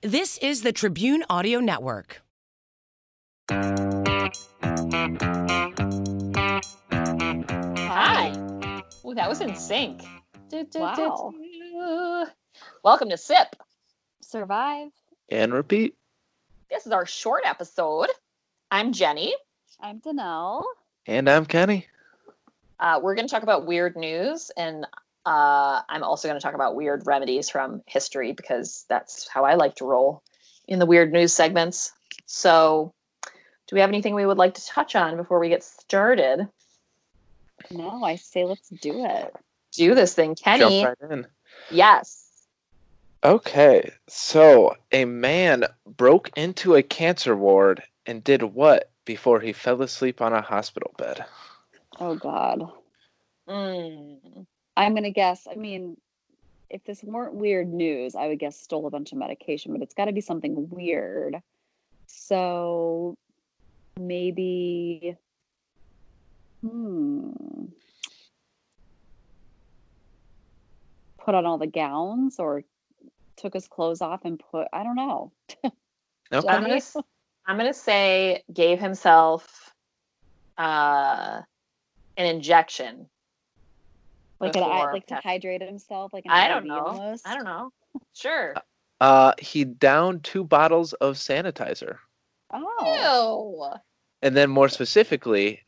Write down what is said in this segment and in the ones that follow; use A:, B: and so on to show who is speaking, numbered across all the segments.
A: This is the Tribune Audio Network.
B: Hi. Oh, that was in sync. Du- du- du-
C: Wow.
B: du. Welcome to SIP.
C: Survive.
D: And repeat.
B: This is our short episode. I'm Jenny.
C: I'm Danelle.
D: And I'm Kenny.
B: Uh, we're going to talk about weird news, and uh, I'm also going to talk about weird remedies from history because that's how I like to roll in the weird news segments. So, do we have anything we would like to touch on before we get started?
C: No, I say let's do it.
B: Do this thing, Kenny.
D: Jump right in.
B: Yes.
D: Okay, so a man broke into a cancer ward and did what before he fell asleep on a hospital bed?
C: Oh God.
B: Mm.
C: I'm gonna guess. I mean, if this weren't weird news, I would guess stole a bunch of medication, but it's got to be something weird. So maybe. Hmm. Put on all the gowns or took his clothes off and put, I don't know.
D: Okay.
B: I'm gonna, s- I'm gonna say gave himself uh, an injection.
C: Like, an, I,
B: Before
C: like to
B: that.
C: hydrate himself. Like an
B: I don't
C: IV
B: know.
C: almost.
B: I don't know. Sure.
D: Uh, he downed two bottles of sanitizer.
C: Oh,
D: And then, more specifically,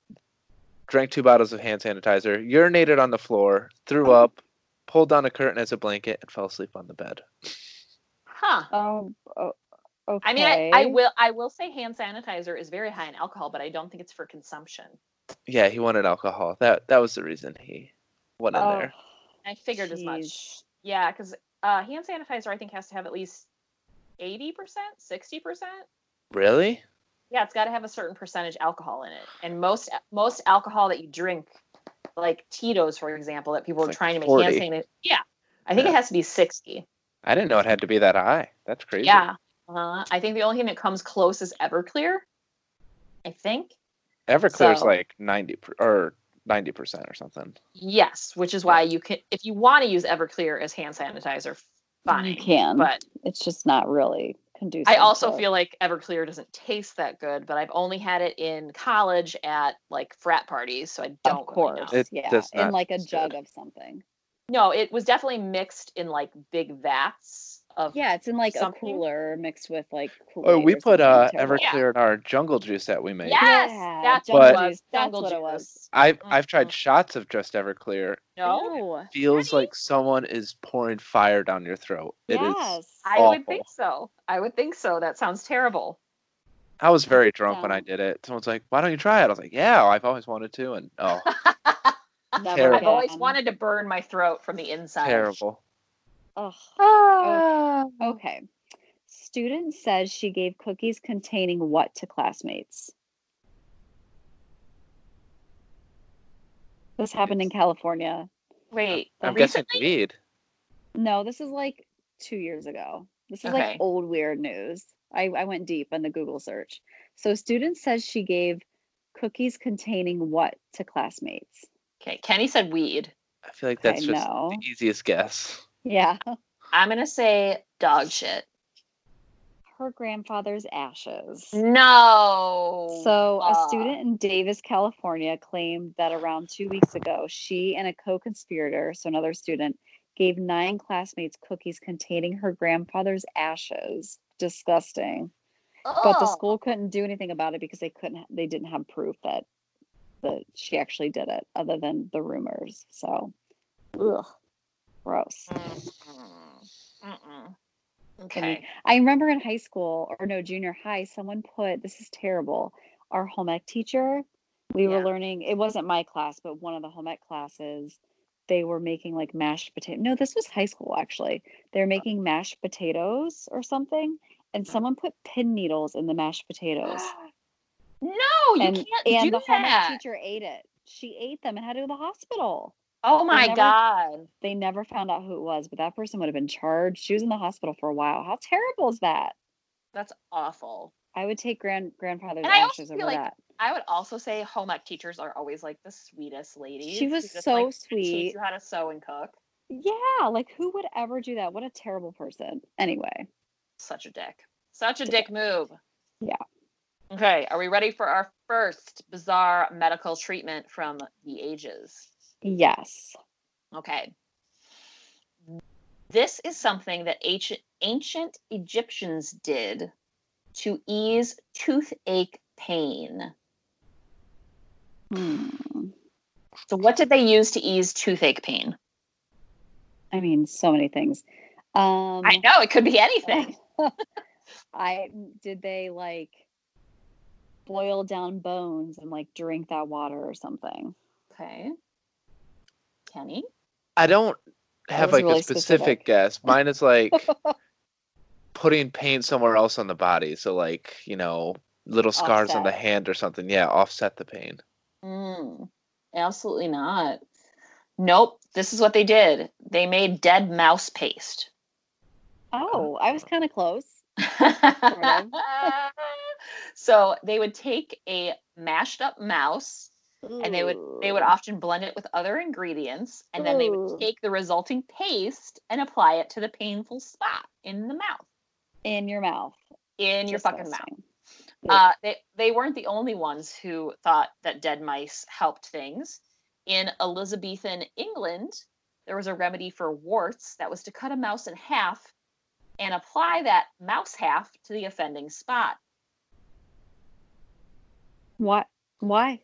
D: drank two bottles of hand sanitizer, urinated on the floor, threw up, pulled down a curtain as a blanket, and fell asleep on the bed.
B: Huh.
C: um, oh, okay.
B: I mean, I, I will. I will say hand sanitizer is very high in alcohol, but I don't think it's for consumption.
D: Yeah, he wanted alcohol. That that was the reason he went in
C: Oh,
D: there.
B: I figured as much.
C: Jeez.
B: Yeah, because uh, hand sanitizer I think has to have at least eighty percent, sixty percent.
D: Really?
B: Yeah, it's got to have a certain percentage alcohol in it, and most most alcohol that you drink, like Tito's, for example, that people
D: It's
B: are
D: like
B: trying to make
D: 40.
B: hand sanitizer. Yeah, I think
D: Yeah.
B: it has to be sixty.
D: I didn't know it had to be that high. That's crazy.
B: Yeah, uh, I think the only thing that comes close is Everclear. I think
D: Everclear's
B: So-
D: like 90 per, or 90% or something.
B: yes, which is why you can, if you want to use Everclear as hand sanitizer,
C: You
B: fine.
C: can, but
B: But
C: it's just not really conducive.
B: I also
C: to-
B: feel like Everclear doesn't taste that good, but I've only had it in college at like frat parties, so I don't. really
C: of course,
B: know.
D: It
C: yeah,
D: does
C: in
D: not
C: like a
D: taste
C: jug
D: good.
C: of something.
B: No, it was definitely mixed in like big vats of
C: Yeah, it's in like
B: Something?
C: a cooler mixed with like.
D: Oh,
C: Kool-Aid
D: we
C: or
D: put
C: something
D: uh,
C: terrible.
D: Everclear in our jungle juice that we made.
B: Yes,
C: Yeah,
B: that's
D: jungle
B: what it was.
C: juice, that's
B: jungle
C: what it
B: juice.
C: was.
D: I've I've tried
B: Mhm.
D: shots of just Everclear.
B: No,
C: No.
D: Feels
B: Really?
D: like someone is pouring fire down your throat. It is.
C: yes.
B: I would
D: Awful.
B: think so. I would think so. That sounds terrible.
D: I was very drunk when I
C: Sounds-
D: did it. Someone's like, "Why don't you try it?" I was like, "Yeah, I've always wanted to." And oh,
C: Never
D: Terrible.
B: I've always
C: again.
B: wanted to burn my throat from the inside.
D: terrible.
C: Ugh.
B: Ah.
C: Okay. Student says she gave cookies containing what to classmates? This happened in California.
B: Wait,
D: I'm
B: recently?
D: guessing weed.
C: No, this is like two years ago. This is
B: Okay.
C: like old weird news. I, I went deep on the Google search. So, a student says she gave cookies containing what to classmates?
B: Okay, Kenny said weed.
D: I feel like
C: I
D: that's just
C: know.
D: the easiest guess.
C: Yeah.
B: I'm gonna say dog shit.
C: Her grandfather's ashes.
B: No.
C: So, a
B: fuck.
C: student in Davis, California claimed that around two weeks ago, she and a co conspirator, so another student, gave nine classmates cookies containing her grandfather's ashes. Disgusting. but the
B: Ugh.
C: school couldn't do anything about it because they couldn't they didn't have proof that that she actually did it other than the rumors so ugh, gross
B: Mm-mm. Mm-mm.
C: I mean,
B: Okay.
C: i remember in high school or no junior high someone put this is terrible our home ec teacher we were
B: Yeah.
C: learning it wasn't my class but one of the home ec classes they were making like mashed potato no this was high school actually
B: Oh.
C: they're making mashed potatoes or something
B: Mm-hmm.
C: and someone put pin needles in the mashed potatoes
B: No, you
C: and,
B: can't
C: and
B: do
C: the home
B: that.
C: ec teacher ate it. She ate them and had to go to the hospital.
B: oh my
C: never-
B: god.
C: They never found out who it was, but that person would have been charged. She was in the hospital for a while. How terrible is that?
B: That's awful.
C: I would take grand grandfather's
B: And I also
C: ashes
B: feel
C: over
B: like
C: that.
B: I would also say home ec teachers are always like the sweetest ladies.
C: She
B: who
C: was
B: just,
C: so
B: like, Teach
C: sweet.
B: you how to sew and cook.
C: Yeah, like who would ever do that? What a terrible person. Anyway,
B: Such a dick. Such a dick move.
C: Yeah.
B: Okay. Are we ready for our first bizarre medical treatment from the ages?
C: Yes.
B: Okay. This is something that ancient, ancient Egyptians did to ease toothache pain.
C: Hmm.
B: So, what did they use to ease toothache pain?
C: I mean, so many things. Um,
B: I know it could be anything.
C: I mm, did they like boil down bones and like drink that water or something.
B: Okay. Kenny?
D: I don't have
C: was
D: like
C: really
D: a specific,
C: specific.
D: guess. Mine is like putting paint somewhere else on the body. So like, you know, little scars on the
C: Offset.
D: hand or something. Yeah, offset the pain.
B: Mm, absolutely not. Nope. This is what they did. They made dead mouse paste.
C: Oh, I was kind of close. of.
B: so they would take a mashed up mouse and they would they would
C: Ooh.
B: often blend it with other ingredients and then they
C: Ooh.
B: would take the resulting paste and apply it to the painful spot in the mouth
C: in your mouth.
B: in your fucking mouth.
C: Disgusting.
B: Uh, they they weren't the only ones who thought that dead mice helped things. In Elizabethan England, there was a remedy for warts that was to cut a mouse in half and apply that mouse half to the offending spot
C: What? Why?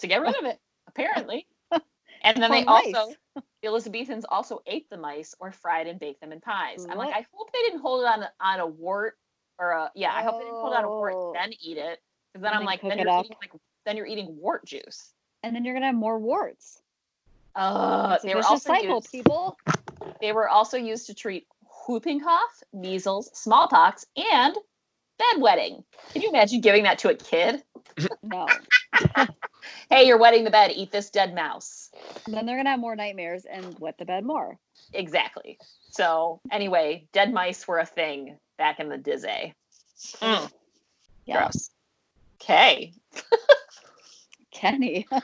B: to get rid of it, apparently. And then
C: Poor
B: they
C: mice.
B: also the Elizabethans also ate the mice or fried and baked them in pies. I'm like,
C: What?
B: I hope they didn't hold it on a- on a wart or a yeah, I hope they didn't hold it on a
C: Oh.
B: wart then eat it. Because then
C: And
B: I'm
C: then
B: like,
C: cook
B: then
C: it
B: you're eating
C: up.
B: like then you're eating wart juice.
C: and then you're gonna have more warts.
B: Uh,
C: It's a
B: they were
C: vicious
B: also
C: cycle,
B: used,
C: people.
B: they were also used to treat whooping cough, measles, smallpox, and bedwetting. Can you imagine giving that to a kid?
C: No.
B: Hey, you're wetting the bed. Eat this dead mouse.
C: And then they're gonna have more nightmares and wet the bed more.
B: Exactly. So anyway, dead mice were a thing back in the dizzy. Mm,
C: Yeah.
B: Gross. Okay.
C: Kenny.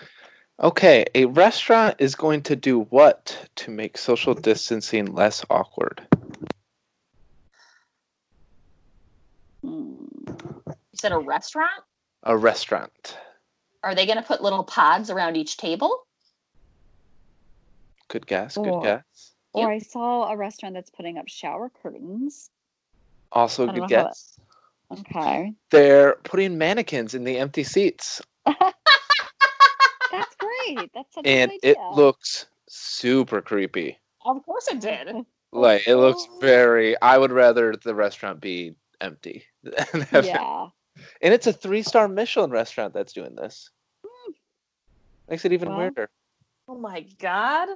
D: Okay, a restaurant is going to do what to make social distancing less awkward?
C: Hmm.
B: You said a restaurant?
D: A restaurant
B: Are they going to put little pods around each table?
D: Good guess. Good
C: Or-
D: guess.
C: Or
B: Yep.
C: Oh, I saw a restaurant that's putting up shower curtains.
D: Also,
C: I don't
D: good
C: know how that-
D: guess.
C: Okay.
D: They're putting mannequins in the empty seats,
C: That's great. That's such
D: and
C: a good
D: it
C: idea.
D: looks super creepy.
B: Of course it did.
D: Like it looks
C: Oh.
D: very. I would rather the restaurant be empty. than have-
C: yeah.
D: And it's a three-star Michelin restaurant that's doing this. Makes it even
C: Mm. Well.
D: weirder.
B: Oh my god.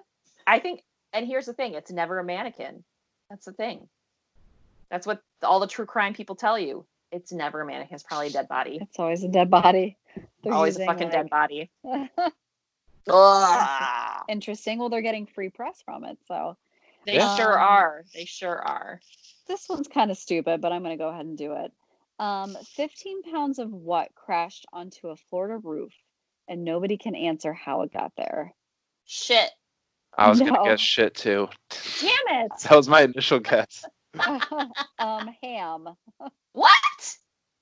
B: I think and here's the thing, it's never a mannequin. That's the thing. That's what all the true crime people tell you. It's never a mannequin, it's probably a dead body.
C: It's always a dead body. They're
B: Always a
C: using,
B: fucking dead
C: like-
B: body. Ugh.
C: Interesting. Well, they're getting free press from it, so
B: They
D: Yeah.
B: sure
C: Um,
B: are. They sure are.
C: this one's kind of stupid, but I'm going to go ahead and do it. Um, 15 pounds of what crashed onto a Florida roof, and nobody can answer how it got there.
B: Shit.
D: I was
C: No.
D: gonna guess shit too.
B: Damn it.
D: That was my initial guess.
C: um, ham.
B: What?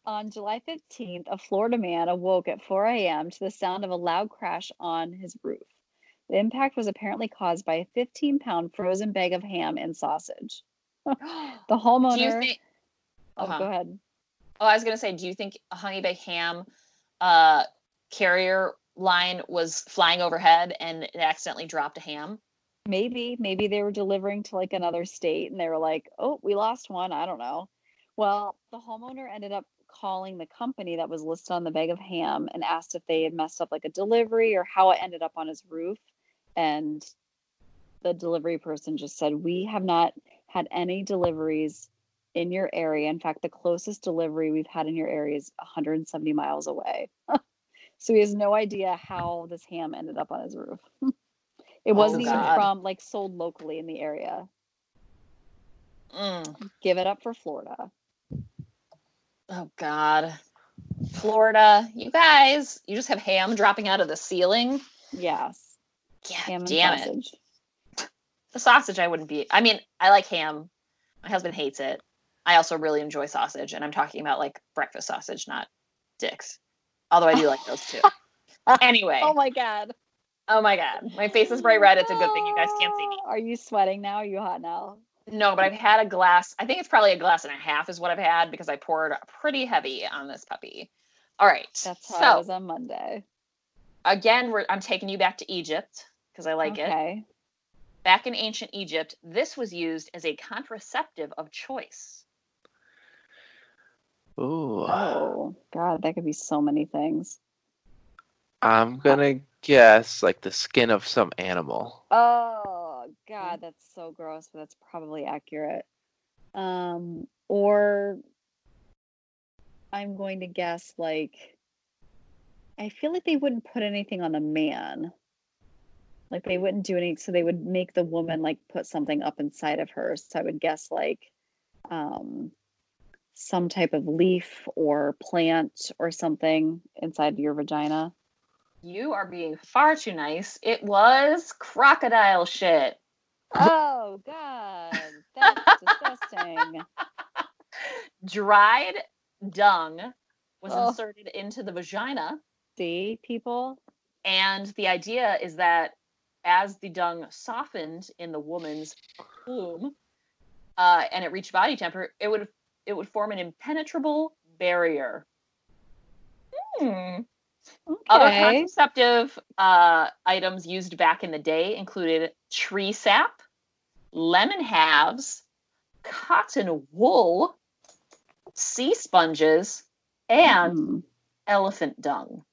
C: On July 15th, a Florida man awoke at 4 a.m. to the sound of a loud crash on his roof. The impact was apparently caused by a 15 pound frozen bag of ham and sausage. The homeowner.
B: Do you think
C: oh,
B: uh-huh.
C: go ahead.
B: Oh, I was gonna say, do you think a honey baked ham uh carrier line was flying overhead and it accidentally dropped a ham?
C: Maybe, maybe they were delivering to like another state and they were like, oh, we lost one. I don't know. Well, the homeowner ended up calling the company that was listed on the bag of ham and asked if they had messed up like a delivery or how it ended up on his roof. And the delivery person just said, we have not had any deliveries in your area. In fact, the closest delivery we've had in your area is 170 miles away. so he has no idea how this ham ended up on his roof. It
B: Oh,
C: wasn't even
B: God.
C: from like sold locally in the area.
B: Mm.
C: Give it up for Florida.
B: Oh God. Florida, you guys, you just have ham dropping out of the ceiling.
C: Yes.
B: Yeah,
C: Ham and
B: damn it.
C: sausage.
B: The sausage I wouldn't be. I mean, I like ham. My husband hates it. I also really enjoy sausage, and I'm talking about like breakfast sausage, not dicks. Although I do like those too. Anyway,
C: Oh my god.
B: oh my god, my face is bright red. It's a good thing you guys can't see me.
C: Are you sweating now? Are you hot now?
B: No, but I've had a glass. I think it's probably a glass and a half is what I've had because I poured pretty heavy on this puppy. All right.
C: That's how I
B: so
C: was on Monday.
B: again, we're, I'm taking you back to Egypt because I like it.
C: okay.
B: Back in ancient Egypt, this was used as a contraceptive of choice.
D: Ooh.
C: Oh god, that could be so many things. Uh
D: I'm gonna guess like the skin of some animal.
C: Oh god, that's so gross, but that's probably accurate. Um or I'm going to guess like I feel like they wouldn't put anything on the man. Like they wouldn't do any so they would make the woman like put something up inside of her. So I would guess like um some type of leaf or plant or something inside your vagina.
B: You are being far too nice. It was crocodile shit.
C: Oh god, that's disgusting.
B: Dried dung was
C: Oh.
B: inserted into the vagina
C: see people.
B: And the idea is that as the dung softened in the woman's womb uh, and it reached body temperature, it would it would form an impenetrable barrier. Hmm. Other
C: Okay.
B: contraceptive uh, items used back in the day included tree sap, lemon halves, cotton wool, sea sponges, and
C: Hmm.
B: elephant dung.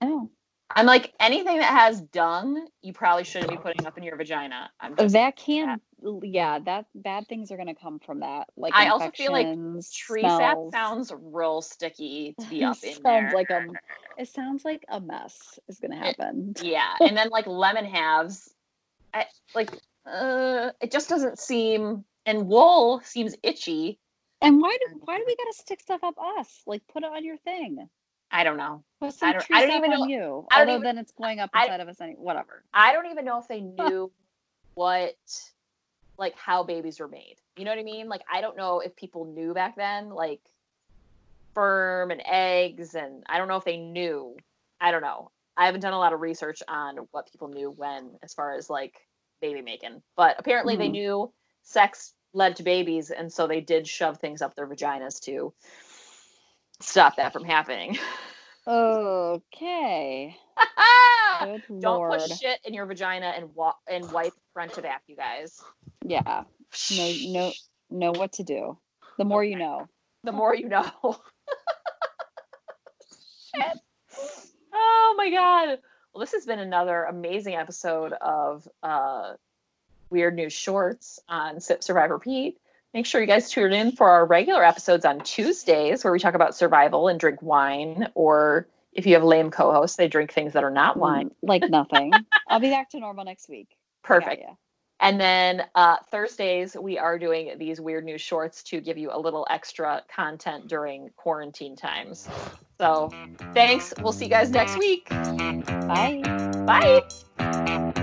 C: Oh,
B: I'm like anything that has dung, you probably shouldn't be putting up in your vagina. I'm just
C: that can. Yeah, that bad things are gonna come from that. Like
B: I also feel like
C: infections,
B: tree
C: smells.
B: sap sounds real sticky to be
C: It
B: up in
C: sounds
B: there.
C: like a. It sounds like a mess is gonna happen.
B: yeah, and then like lemon halves, I, like uh, it just doesn't seem. And wool seems itchy.
C: And why do why do
B: Mm.
C: we gotta stick stuff up us? Like put it on your thing.
B: I don't know.
C: Put some
B: don't-
C: tree
B: I don't
C: sap
B: even
C: on
B: know-
C: you.
B: I don't
C: Although
B: even-
C: then it's going up
B: I-
C: inside of us. Any whatever.
B: I don't even know if they knew what, like how babies were made. You know what I mean? Like I don't know if people knew back then, like sperm and eggs, and I don't know if they knew. I don't know. I haven't done a lot of research on what people knew when, as far as like baby making. But apparently, they
C: Mhm.
B: knew sex led to babies, and so they did shove things up their vaginas to stop that from happening.
C: Okay. Good
B: Don't
C: lord.
B: put shit in your vagina and wa- and wipe front to back, you guys.
C: yeah. No. No. Know what to do. The more you
B: Okay.
C: know.
B: The more you know. shit. Oh my god. Well, this has been another amazing episode of uh, Weird News Shorts on Sip Survivor Repeat. Make sure you guys tune in for our regular episodes on Tuesdays where we talk about survival and drink wine. Or if you have lame co hosts, they drink things that are not wine.
C: Mm, Like nothing. I'll be back to normal next week. I got
B: Perfect.
C: ya.
B: And then uh, Thursdays, we are doing these weird news shorts to give you a little extra content during quarantine times. So thanks. We'll see you guys next week.
C: Bye.
B: Bye.